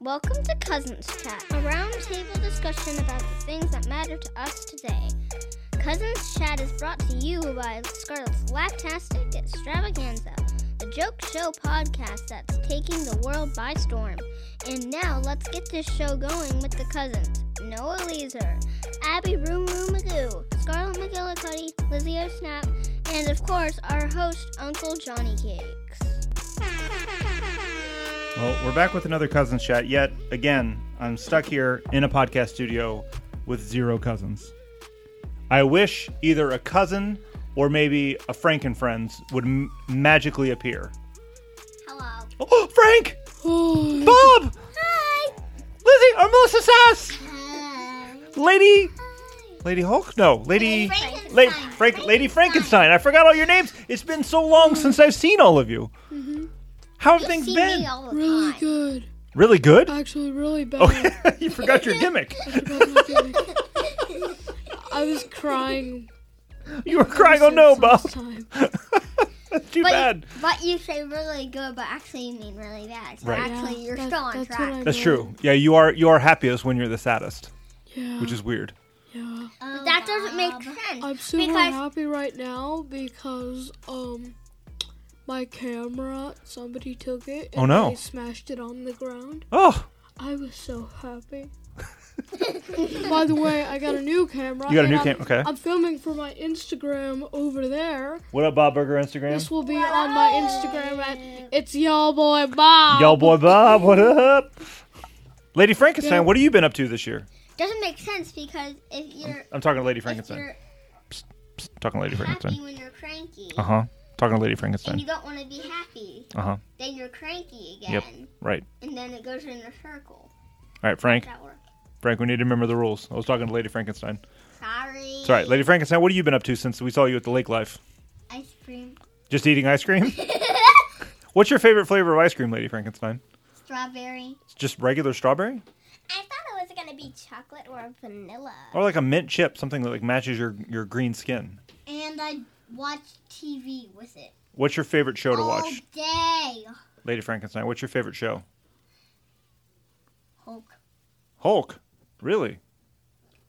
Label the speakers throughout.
Speaker 1: Welcome to Cousins Chat, a roundtable discussion about the things that matter to us today. Cousins Chat is brought to you by Scarlett's Lactastic Extravaganza, the joke show podcast that's taking the world by storm. And now let's get this show going with the cousins Noah Leeser, Abby Room Room Magoo, Scarlett McGillicuddy, Lizzie O'Snap, and of course our host, Uncle Johnny Cakes.
Speaker 2: Well, we're back with another cousins chat. Yet again, I'm stuck here in a podcast studio with zero cousins. I wish either a cousin or maybe a Frank and friends would m- magically appear.
Speaker 1: Hello.
Speaker 2: Oh, Frank!
Speaker 3: Oh,
Speaker 2: Bob!
Speaker 1: Hi!
Speaker 2: Lizzie or Melissa Sass!
Speaker 1: Hi.
Speaker 2: Lady Lady Hulk? No, Lady
Speaker 1: Frankenstein.
Speaker 2: La- Frank Lady Frankenstein. I forgot all your names. It's been so long since I've seen all of you. How have things
Speaker 1: Mm-hmm. See
Speaker 2: been?
Speaker 1: me all the
Speaker 3: Really
Speaker 1: time.
Speaker 3: good.
Speaker 2: Really good?
Speaker 3: Actually, really bad.
Speaker 2: you forgot your gimmick.
Speaker 3: I was crying.
Speaker 2: You were crying, oh
Speaker 3: since
Speaker 2: no, Bob.
Speaker 3: last time.
Speaker 2: That's too
Speaker 1: But,
Speaker 2: bad.
Speaker 1: but you say really good, but actually you mean really bad. So
Speaker 2: Right.
Speaker 1: actually
Speaker 3: Yeah,
Speaker 1: you're
Speaker 3: that-
Speaker 1: still on
Speaker 3: that's what
Speaker 1: track.
Speaker 3: I
Speaker 2: That's
Speaker 3: meant.
Speaker 2: true. Yeah, you are you are happiest when you're the saddest,
Speaker 3: Yeah.
Speaker 2: which is weird.
Speaker 3: yeah.
Speaker 1: But that doesn't
Speaker 3: Uh,
Speaker 1: make sense.
Speaker 3: I'm super
Speaker 1: because-
Speaker 3: happy right now because um my camera somebody took it and
Speaker 2: Oh, no.
Speaker 3: they smashed it on the ground.
Speaker 2: Oh,
Speaker 3: I was so happy. By the way, I got a new camera.
Speaker 2: you got a new
Speaker 3: and I'm-
Speaker 2: camera. Okay.
Speaker 3: I'm filming for my Instagram over there.
Speaker 2: What up, Bob Burger Instagram?
Speaker 3: This will be on my Instagram at it's y'all boy Bob.
Speaker 2: Y'all boy Bob, what up? Lady Frankenstein,
Speaker 3: Yeah.
Speaker 2: what have you been up to this year?
Speaker 1: Doesn't make sense because if you're
Speaker 2: I'm talking to Lady
Speaker 1: if
Speaker 2: Frankenstein.
Speaker 1: you're
Speaker 2: Psst, talking to Lady
Speaker 1: happy
Speaker 2: Frankenstein.
Speaker 1: when you're cranky
Speaker 2: Uh huh. Talking to Lady
Speaker 1: and
Speaker 2: Frankenstein.
Speaker 1: you don't want to be happy,
Speaker 2: Uh-huh.
Speaker 1: then you're cranky
Speaker 2: Yep.
Speaker 1: again.
Speaker 2: Right.
Speaker 1: And then it goes in a circle.
Speaker 2: All right, Frank.
Speaker 1: Does that work?
Speaker 2: Frank, we need to remember the rules. I was talking to Lady Frankenstein.
Speaker 1: Sorry.
Speaker 2: It's all right, Lady Frankenstein. What have you been up to since we saw you at the Lake Life?
Speaker 1: Ice cream.
Speaker 2: Just eating ice cream. What's your favorite flavor of ice cream, Lady Frankenstein?
Speaker 1: Strawberry.
Speaker 2: It's just regular strawberry.
Speaker 1: I thought it was gonna be chocolate or vanilla.
Speaker 2: Or like a mint chip, something that like matches your your green skin.
Speaker 1: And I watched TV with it
Speaker 2: What's your favorite show to
Speaker 1: all
Speaker 2: watch,
Speaker 1: day.
Speaker 2: Lady Frankenstein? What's your favorite show?
Speaker 1: Hulk.
Speaker 2: Hulk. Really?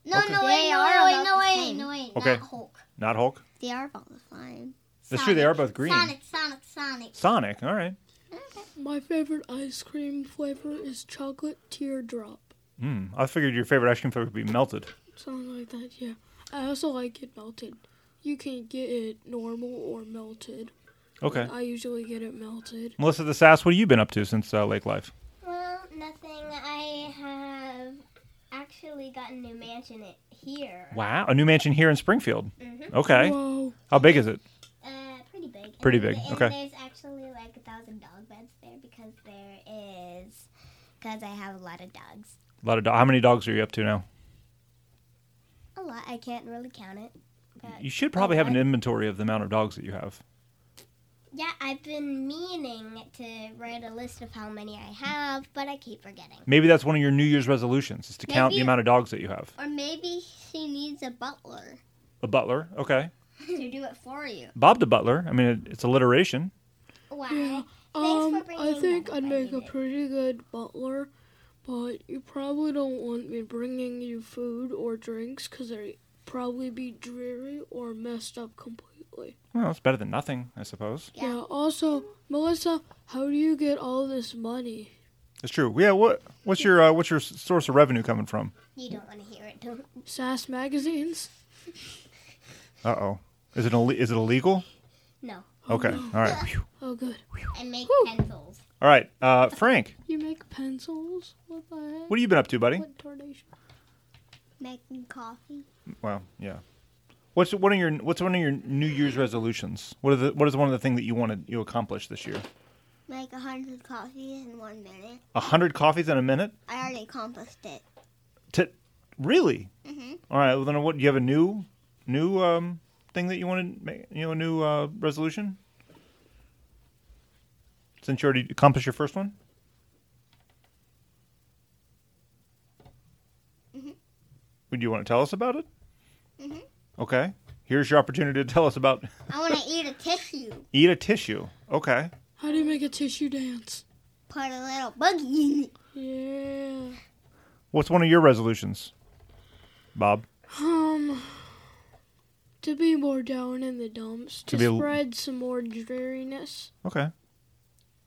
Speaker 1: No,
Speaker 2: Okay.
Speaker 1: no, wait, no, wait, no, wait, no, wait,
Speaker 2: Okay.
Speaker 1: not Hulk.
Speaker 2: Not Hulk.
Speaker 1: They are about the same.
Speaker 2: That's true. They are both green.
Speaker 1: Sonic, Sonic, Sonic.
Speaker 2: Sonic. All right.
Speaker 3: My favorite ice cream flavor is chocolate teardrop.
Speaker 2: Hmm. I figured your favorite ice cream flavor would be melted.
Speaker 3: Something like that, yeah. I also like it melted. You can get it normal or melted.
Speaker 2: Okay.
Speaker 3: I usually get it melted.
Speaker 2: Melissa the Sass, what have you been up to since uh, Lake Life?
Speaker 4: Well, nothing. I have actually got a new mansion it here.
Speaker 2: Wow. A new mansion here in Springfield.
Speaker 4: Mhm.
Speaker 2: Okay.
Speaker 3: Whoa.
Speaker 2: How big is it?
Speaker 4: Uh, pretty big.
Speaker 2: Pretty
Speaker 4: And-
Speaker 2: big,
Speaker 4: And
Speaker 2: okay.
Speaker 4: There's actually like a thousand dog beds there because there is because I have a lot of dogs.
Speaker 2: A lot of. Do- How many dogs are you up to now?
Speaker 4: A lot. I can't really count it. But
Speaker 2: You should probably have an inventory of the amount of dogs that you have.
Speaker 4: yeah, I've been meaning to write a list of how many I have, but I keep forgetting.
Speaker 2: Maybe that's one of your New Year's resolutions: is to count the
Speaker 1: Maybe-
Speaker 2: amount of dogs that you have.
Speaker 1: Or maybe she needs a butler
Speaker 2: A butler. Okay.
Speaker 1: to do it for you.
Speaker 2: Bob the Butler. I mean, it, it's alliteration.
Speaker 4: Why?
Speaker 3: Um,
Speaker 4: for
Speaker 3: I
Speaker 4: bringing
Speaker 3: think
Speaker 4: that
Speaker 3: I'd
Speaker 4: up. I
Speaker 3: make a
Speaker 4: need it.
Speaker 3: pretty good butler, but you probably don't want me bringing you food or drinks because they'd probably be dreary or messed up completely.
Speaker 2: Well, it's better than nothing, I suppose.
Speaker 1: Yeah.
Speaker 3: yeah also, Melissa, how do you get all this money?
Speaker 2: It's true. Yeah. What What's your uh, What's your s- source of revenue coming from?
Speaker 4: You don't want to hear it. Don't.
Speaker 3: SAS magazines.
Speaker 2: Uh oh. Is it Ill- Is it illegal?
Speaker 4: No.
Speaker 2: Okay. All right. Phew.
Speaker 3: Oh, good.
Speaker 4: I make
Speaker 3: Whew.
Speaker 4: pencils.
Speaker 2: All right. Uh, Frank,
Speaker 3: You make pencils? What the heck?
Speaker 2: what have you been up to, buddy?
Speaker 3: What tarnation?
Speaker 1: Making coffee.
Speaker 2: Well, yeah. What's one of your What's one of your New Year's resolutions? What are the What is one of the things that you wanted you accomplish this year?
Speaker 1: Make a hundred coffees in one minute.
Speaker 2: A hundred coffees in a minute.
Speaker 1: I already accomplished it.
Speaker 2: To really.
Speaker 1: Mhm.
Speaker 2: All right. Well, then what? Do you have a new new um thing that you want to make? You know, a new uh, resolution. Since you already accomplished your first one.
Speaker 1: Mhm.
Speaker 2: Would you want to tell us about it?
Speaker 1: Mhm.
Speaker 2: Okay. Here's your opportunity to tell us about
Speaker 1: I want to eat a tissue.
Speaker 2: eat a tissue. Okay.
Speaker 3: How do you make a tissue dance?
Speaker 1: Put a little boogie in it.
Speaker 3: Yeah.
Speaker 2: What's one of your resolutions, Bob?
Speaker 3: Um, to be more down in the dumps,
Speaker 2: To
Speaker 3: to,
Speaker 2: be l-
Speaker 3: spread some more dreariness.
Speaker 2: Okay.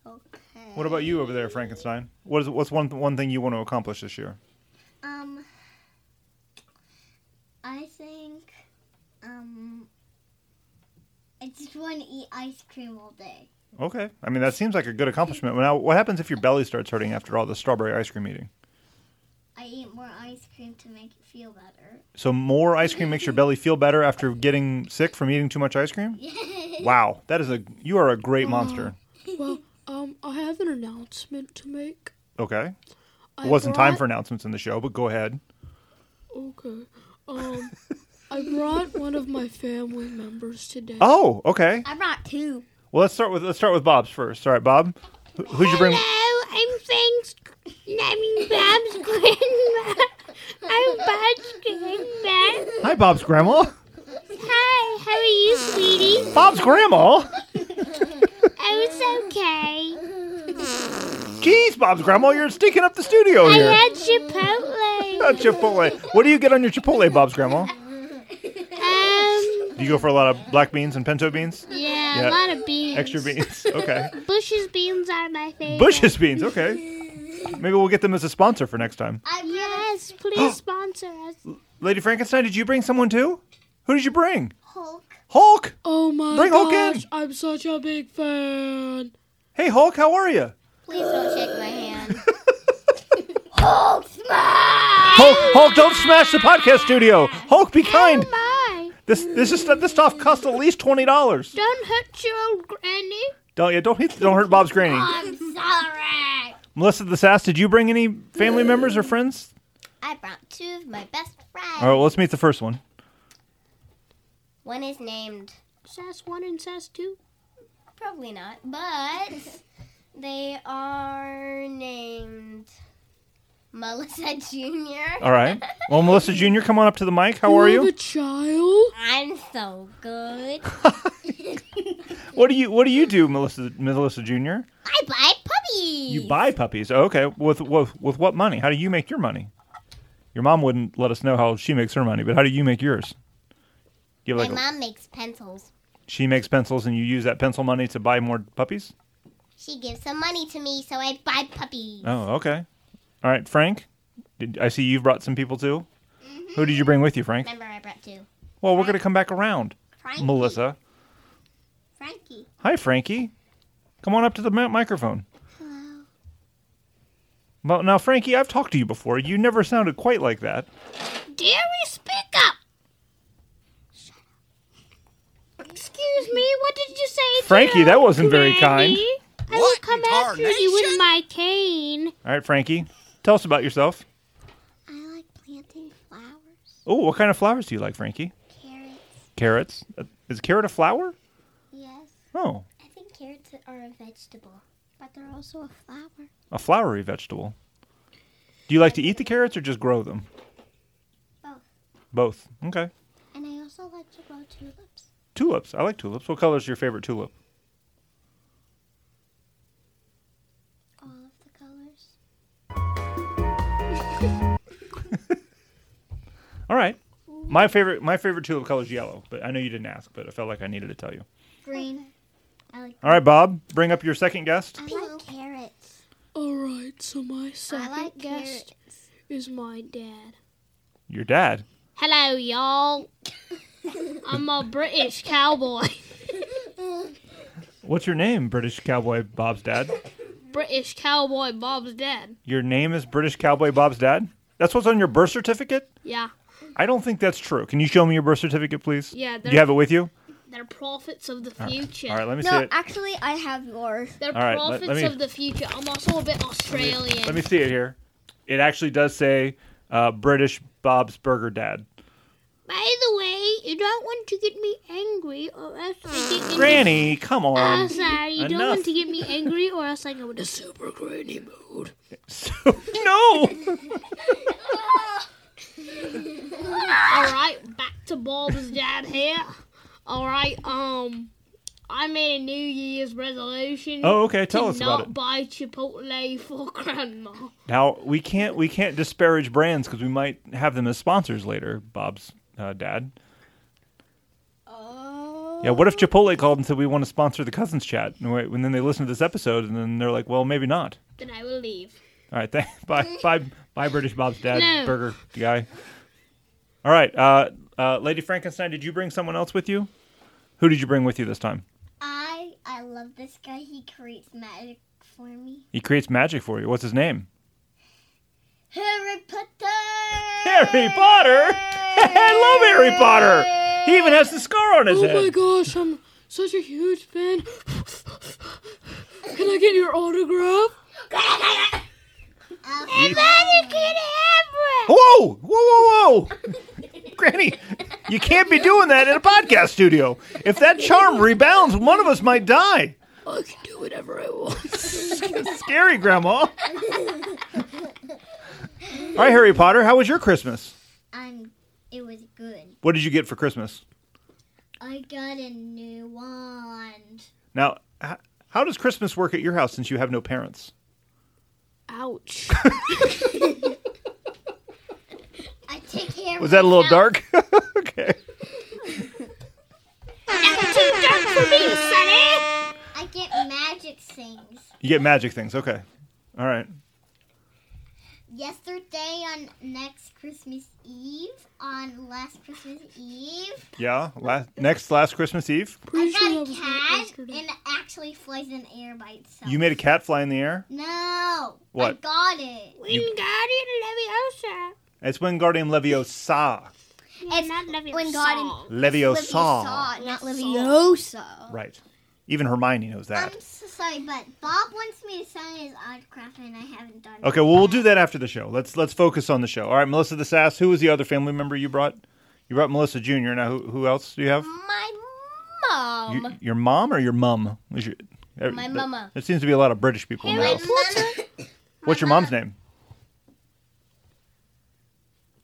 Speaker 1: Okay.
Speaker 2: What about you over there, Frankenstein? What is what's one one thing you want to accomplish this year?
Speaker 1: Um, I think, um, I just want to eat ice cream all day.
Speaker 2: Okay. I mean, that seems like a good accomplishment. Now, what happens if your belly starts hurting after all the strawberry ice cream eating?
Speaker 1: I eat more ice cream to make it feel better.
Speaker 2: So more ice cream makes your belly feel better after getting sick from eating too much ice cream? Wow, that is a you are a great monster.
Speaker 3: Well, um, I have an announcement to make.
Speaker 2: Okay.
Speaker 3: I
Speaker 2: It wasn't time
Speaker 3: brought-
Speaker 2: for announcements in the show, but go ahead.
Speaker 3: Okay. Um, I brought one of my family members today.
Speaker 2: Oh, okay.
Speaker 5: I brought two.
Speaker 2: Well, let's start with let's start with Bob's first. All right, Bob. Who- Who'd you bring?
Speaker 5: Hello, Oh, I'm Frank's. I mean Bob's grandma. I'm Bob's
Speaker 2: Hi, Bob's grandma.
Speaker 5: grandma. Hi, how are you, sweetie?
Speaker 2: Bob's grandma.
Speaker 5: I was okay.
Speaker 2: Jeez, Bob's grandma, you're stinking up the studio
Speaker 5: I
Speaker 2: here.
Speaker 5: had Chipotle.
Speaker 2: Not Chipotle. What do you get on your Chipotle, Bob's grandma?
Speaker 5: Um,
Speaker 2: Do you go for a lot of black beans and pinto beans?
Speaker 5: yeah,
Speaker 2: Yeah.
Speaker 5: a lot of beans.
Speaker 2: Extra beans. Okay.
Speaker 5: Bush's beans are my favorite.
Speaker 2: Bush's beans. Okay. Maybe we'll get them as a sponsor for next time.
Speaker 1: I
Speaker 5: Uh, Yes,
Speaker 2: Oh.
Speaker 5: please sponsor us.
Speaker 2: Lady Frankenstein, did you bring someone too? Who did you bring?
Speaker 1: Hulk.
Speaker 2: Hulk.
Speaker 3: Oh my
Speaker 2: Bring Hulk in.
Speaker 3: gosh, I'm such a big fan.
Speaker 2: Hey, Hulk, how are you?
Speaker 1: Please don't shake my hand.
Speaker 2: Hulk, Hulk, don't smash the podcast studio. Hulk, be kind.
Speaker 5: Bye.
Speaker 2: This this is this stuff costs at least twenty dollars.
Speaker 5: Don't hurt your old granny.
Speaker 2: Don't yeah, don't hit, don't hurt Bob's granny.
Speaker 1: I'm sorry.
Speaker 2: Melissa the Sass, did you bring any family members or friends?
Speaker 1: I brought two of my best
Speaker 2: All right,
Speaker 1: friends.
Speaker 2: well, let's meet the first one.
Speaker 1: One is named
Speaker 5: Sass one and sass two.
Speaker 1: Probably not, but they are named Melissa Jr.
Speaker 2: All right. Well, Melissa Jr., come on up to the mic. How are
Speaker 3: I have
Speaker 2: you?
Speaker 3: a child.
Speaker 1: I'm so good.
Speaker 2: What do you What do you do, Melissa Melissa Jr.?
Speaker 1: I buy puppies.
Speaker 2: You buy puppies. Oh, okay. With, with with what money? How do you make your money? Your mom wouldn't let us know how she makes her money, but how do you make yours? Do you
Speaker 1: my
Speaker 2: have like a-
Speaker 1: mom makes pencils.
Speaker 2: she makes pencils, and you use that pencil money to buy more puppies.
Speaker 1: She gives some money to me, so I buy puppies.
Speaker 2: Oh, okay. All right, Frank. Did, I see you've brought some people too.
Speaker 1: Mm-hmm.
Speaker 2: Who did you bring with you, Frank?
Speaker 1: Remember, I brought two.
Speaker 2: Well, we're gonna come back around.
Speaker 1: Frankie.
Speaker 2: Melissa.
Speaker 1: Frankie.
Speaker 2: Hi, Frankie. Come on up to the mi- microphone. Well, now, Frankie, I've talked to you before. You never sounded quite like that.
Speaker 5: Dearie, speak up. Excuse me, what did you say? to
Speaker 2: Frankie,
Speaker 5: your
Speaker 2: that
Speaker 5: old
Speaker 2: wasn't very
Speaker 5: granny?
Speaker 2: kind.
Speaker 5: I will come after you with my cane.
Speaker 2: All right, Frankie, tell us about yourself.
Speaker 1: I like planting flowers,
Speaker 2: Oh, what kind of flowers do you like, Frankie?
Speaker 1: carrots.
Speaker 2: Carrots. Uh, Is carrot a flower?
Speaker 1: Yes,
Speaker 2: Oh,
Speaker 1: I think carrots are a vegetable, but they're also a flower.
Speaker 2: a flowery vegetable. Do you like to eat the carrots or just grow them?
Speaker 1: Both.
Speaker 2: Both. Okay.
Speaker 1: And I also like to grow tulips.
Speaker 2: Tulips. I like tulips. What color is your favorite tulip?
Speaker 1: All of the colors.
Speaker 2: All right. My favorite my favorite tulip color is yellow, but I know you didn't ask, but I felt like I needed to tell you.
Speaker 1: Green. I like.
Speaker 2: All right, Bob, bring up your second guest.
Speaker 1: I like carrots.
Speaker 3: All right, so my second
Speaker 1: like
Speaker 3: guest is my dad.
Speaker 2: Your dad.
Speaker 5: Hello, y'all. I'm a British cowboy.
Speaker 2: What's your name, British Cowboy Bob's dad?
Speaker 5: British cowboy Bob's dad.
Speaker 2: Your name is British Cowboy Bob's dad? That's what's on your birth certificate?
Speaker 5: Yeah,
Speaker 2: I don't think that's true. Can you show me your birth certificate, please?
Speaker 5: Yeah,
Speaker 2: Do you have it with you?
Speaker 5: they're prophets of the future.
Speaker 2: All right, let me see
Speaker 6: No,
Speaker 2: it.
Speaker 6: actually, I have yours.
Speaker 5: They're
Speaker 2: All right, let-
Speaker 5: prophets
Speaker 2: let me-
Speaker 5: of the future. I'm also a bit Australian.
Speaker 2: Let me see it here. It actually does say uh, British Bob's Burger Dad.
Speaker 5: By the way, you don't want to get me angry, or else I get into
Speaker 2: Granny, come
Speaker 5: Oh,
Speaker 6: Uh,
Speaker 2: on.
Speaker 5: sorry. You don't
Speaker 2: enough.
Speaker 5: want to get me angry, or else I go into super granny mood.
Speaker 2: no. Ah!
Speaker 5: All right, back to Bob's dad here. All right, um,
Speaker 3: I made a New Year's resolution.
Speaker 2: Oh, okay. Tell
Speaker 3: to
Speaker 2: us about
Speaker 3: not
Speaker 2: it.
Speaker 3: buy Chipotle for grandma.
Speaker 2: Now we can't we can't disparage brands because we might have them as sponsors later. Bob's uh, dad.
Speaker 3: Uh,
Speaker 1: Oh.
Speaker 2: Yeah. What if Chipotle called and said we want to sponsor the cousins chat, and, wait, and then they listen to this episode, and then they're like, well, maybe not.
Speaker 3: Then I will leave.
Speaker 2: All right. Thank, bye, bye, bye, British Bob's dad
Speaker 3: No.
Speaker 2: burger guy. All right, uh, uh, Lady Frankenstein. Did you bring someone else with you? Who did you bring with you this time?
Speaker 1: I I love this guy. He creates magic for me.
Speaker 2: He creates magic for you. What's his name?
Speaker 1: Harry Potter.
Speaker 2: Harry Potter. I love Harry Potter. He even has the scar on his
Speaker 3: Oh
Speaker 2: head.
Speaker 3: my gosh, I'm such a huge fan. Can I get your autograph?
Speaker 1: Uh, Abracadabra.
Speaker 2: Whoa! Whoa! Whoa! Whoa! Granny, you can't be doing that in a podcast studio. If that charm rebounds, one of us might die.
Speaker 3: I can do whatever I want.
Speaker 2: Scary, Grandma. All right, Harry Potter. How was your Christmas?
Speaker 1: I'm. It was good.
Speaker 2: What did you get for Christmas?
Speaker 1: I got a new wand.
Speaker 2: Now, h- how does Christmas work at your house since you have no parents?
Speaker 3: Ouch.
Speaker 1: I take care.
Speaker 2: Was that a little dark? okay.
Speaker 1: I get magic things.
Speaker 2: You get magic things. Okay. All right.
Speaker 1: Yesterday on next Christmas Eve, on last Christmas Eve,
Speaker 2: Yeah. Last, next last Christmas Eve,
Speaker 3: Pretty
Speaker 1: I
Speaker 3: sure that
Speaker 1: got a
Speaker 3: was
Speaker 1: cat and
Speaker 3: yesterday.
Speaker 1: it actually flies in the air by itself.
Speaker 2: you made a cat fly in the air.
Speaker 1: no. I
Speaker 2: What?
Speaker 1: got it.
Speaker 2: You-
Speaker 3: Wingardium
Speaker 2: It's Wingardium Leviosa.
Speaker 1: It's
Speaker 3: Leviosa. Not
Speaker 1: Wingardium-
Speaker 3: Leviosa.
Speaker 2: Leviosa.
Speaker 1: not Leviosa.
Speaker 2: Right. Even Hermione knows that.
Speaker 1: I'm so sorry, but Bob wants me to sign his autograph, and I haven't done it.
Speaker 2: Okay, well we'll do that after the show. Let's let's focus on the show. All right, Melissa the Sass. Who was the other family member you brought? You brought Melissa Jr. Now who who else do you have?
Speaker 1: My mom.
Speaker 2: Your, your mom or your mum? Is your, er,
Speaker 1: My
Speaker 2: th-
Speaker 1: mama.
Speaker 2: There seems to be a lot of British people in the
Speaker 1: My
Speaker 2: house.
Speaker 1: mama.
Speaker 2: What's your mom's name?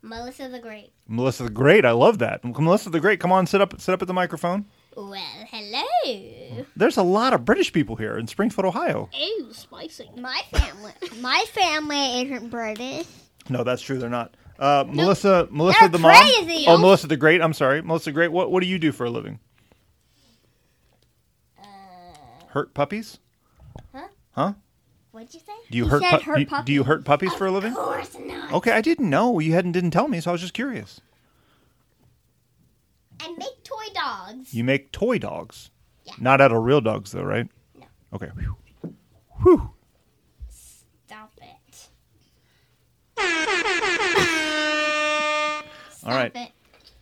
Speaker 1: Melissa the Great.
Speaker 2: Melissa the Great. I love that. Melissa the Great. Come on, sit up sit up at the microphone.
Speaker 1: Well, hello.
Speaker 2: There's a lot of British people here in Springfield, Ohio.
Speaker 3: Ew, spicy.
Speaker 1: My family. My family isn't British.
Speaker 2: No, that's true. They're not. Uh, Melissa, Melissa
Speaker 1: They're
Speaker 2: the mom.
Speaker 1: crazy.
Speaker 2: Oh, Melissa the Great. I'm sorry, Melissa the Great. What what do you do for a living?
Speaker 1: Uh,
Speaker 2: hurt puppies?
Speaker 1: What'd you say?
Speaker 2: Do you
Speaker 1: He
Speaker 2: hurt,
Speaker 1: said
Speaker 2: pu-
Speaker 1: hurt
Speaker 2: you- Do you hurt puppies for a living?
Speaker 1: Of course not.
Speaker 2: Okay, I didn't know. You hadn't didn't tell me, so I was just curious.
Speaker 1: I make toy dogs.
Speaker 2: You make toy dogs,
Speaker 1: Yeah.
Speaker 2: not out of real dogs, though, right?
Speaker 1: No.
Speaker 2: Okay. Whew. Whew.
Speaker 1: Stop it. Stop
Speaker 2: All right.
Speaker 1: It.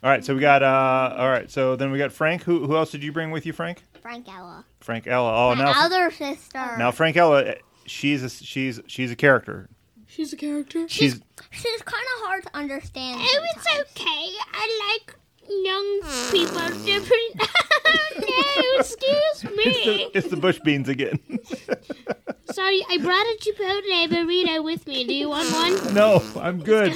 Speaker 2: All right. So we got. uh All right. So then we got Frank. Who who else did you bring with you, Frank?
Speaker 1: Frank Ella.
Speaker 2: Frank Ella. Oh,
Speaker 1: My
Speaker 2: now
Speaker 1: other sister.
Speaker 2: now Frank Ella. eh, She's a, she's she's a character.
Speaker 3: She's a character.
Speaker 2: She's
Speaker 1: She's kind of hard to understand.
Speaker 3: Oh, it's okay. I like young people different. no, excuse
Speaker 2: it's the,
Speaker 3: me.
Speaker 2: it's the bush beans again.
Speaker 3: Sorry, I brought a Chipotle burrito with me. Do you want one?
Speaker 2: no, I'm good.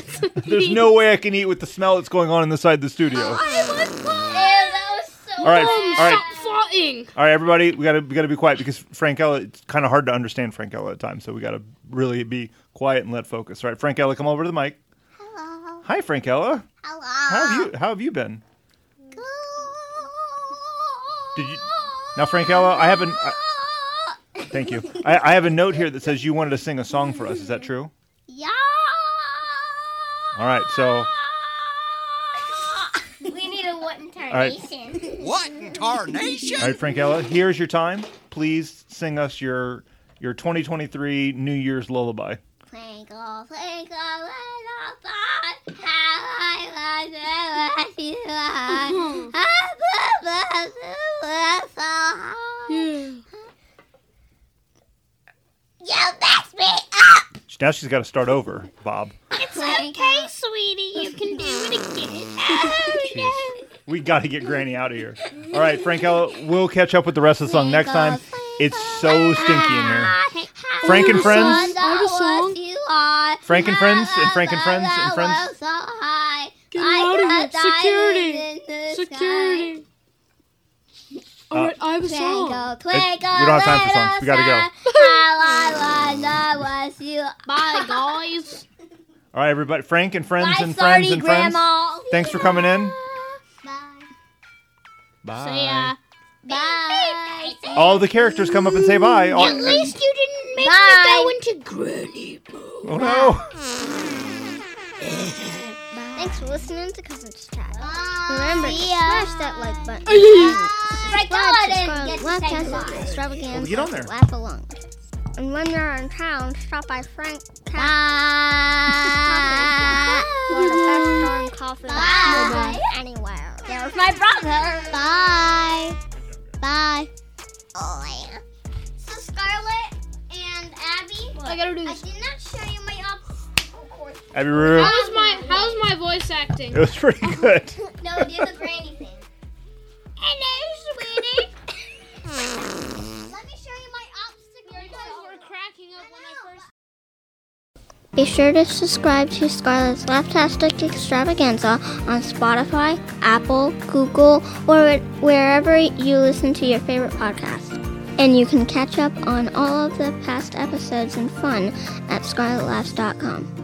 Speaker 2: There's no way I can eat with the smell that's going on inside the studio.
Speaker 1: I was Ew, that was so
Speaker 2: All right,
Speaker 3: Mom,
Speaker 2: all right.
Speaker 3: stop farting.
Speaker 2: All right, everybody, we gotta we gotta be quiet because Frankella. It's kind of hard to understand Frankella at times, so we gotta really be quiet and let focus. All right, Frankella, come over to the mic.
Speaker 1: Hello.
Speaker 2: Hi, Frankella.
Speaker 1: Hello.
Speaker 2: How have you How have you been? Did you now, Frankella? I haven't. uh, I, thank you. I, I have a note here that says you wanted to sing a song for us. Is that true?
Speaker 1: Yeah.
Speaker 2: All right, so
Speaker 1: we need a what in
Speaker 2: right.
Speaker 6: What in tarnation?
Speaker 2: all right, Frankella, here's your time. Please sing us your your 2023 New Year's lullaby.
Speaker 1: Twinkle, twinkle, little star, how I wonder what you are. Up above the
Speaker 5: Oh,
Speaker 1: world.
Speaker 3: Yeah.
Speaker 1: You messed me up.
Speaker 2: Now she's got to start over, Bob.
Speaker 7: Oh
Speaker 1: It's okay.
Speaker 3: sweetie, you can do it again.
Speaker 2: We got to get Granny out of here. All right, Frankella, we'll catch up with the rest of the song next time. It's so stinky in here.
Speaker 1: Ah,
Speaker 2: Frank and Friends.
Speaker 3: I have a song.
Speaker 2: Frank and Friends and Frank and Friends and Friends.
Speaker 1: Friends.
Speaker 3: Get out of here. Security. Security.
Speaker 5: All right, I have a song.
Speaker 7: Twinkle, twinkle,
Speaker 2: we don't have time for songs. We gotta go.
Speaker 7: go. How I wonder was you.
Speaker 5: Bye, guys.
Speaker 2: All right, everybody. Frank and friends
Speaker 7: Bye,
Speaker 2: and friends
Speaker 7: sorry,
Speaker 2: and friends.
Speaker 7: Grandma.
Speaker 2: Thanks for coming in.
Speaker 7: Bye.
Speaker 2: Bye.
Speaker 5: See ya.
Speaker 7: Bye.
Speaker 2: All the characters come up and say bye. All-
Speaker 8: At least you didn't make
Speaker 7: Bye.
Speaker 8: me go into granny
Speaker 2: oh no.
Speaker 1: Thanks for listening to Cousins Chat.
Speaker 7: Bye.
Speaker 1: Remember to
Speaker 7: See ya.
Speaker 1: smash that like button.
Speaker 7: Strike
Speaker 1: Subscribe
Speaker 7: on
Speaker 1: to
Speaker 7: and get
Speaker 1: Scarlet
Speaker 7: to say
Speaker 1: Laughcast
Speaker 7: goodbye.
Speaker 1: at Extravaganza.
Speaker 2: Well, get on there.
Speaker 1: Laugh along. And when you're in town, stop by Frank Bye. For the best darn coffee
Speaker 7: Bye.
Speaker 1: anywhere.
Speaker 7: There's my brother. Bye. Bye. Oh, yeah.
Speaker 1: So Scarlett and Abby,
Speaker 5: I gotta do
Speaker 1: I
Speaker 5: this.
Speaker 1: did not show you my op.
Speaker 7: Oh,
Speaker 2: Abby Roo.
Speaker 5: How's my How's my voice acting?
Speaker 2: It was pretty good.
Speaker 1: No, do the granny thing.
Speaker 7: Sweetie. Let me show you my obstacle course.
Speaker 1: Be sure to subscribe to Scarlett's Laptastic Extravaganza on Spotify, Apple, Google, or wherever you listen to your favorite podcast. And you can catch up on all of the past episodes and fun at scarlettlaughs.com.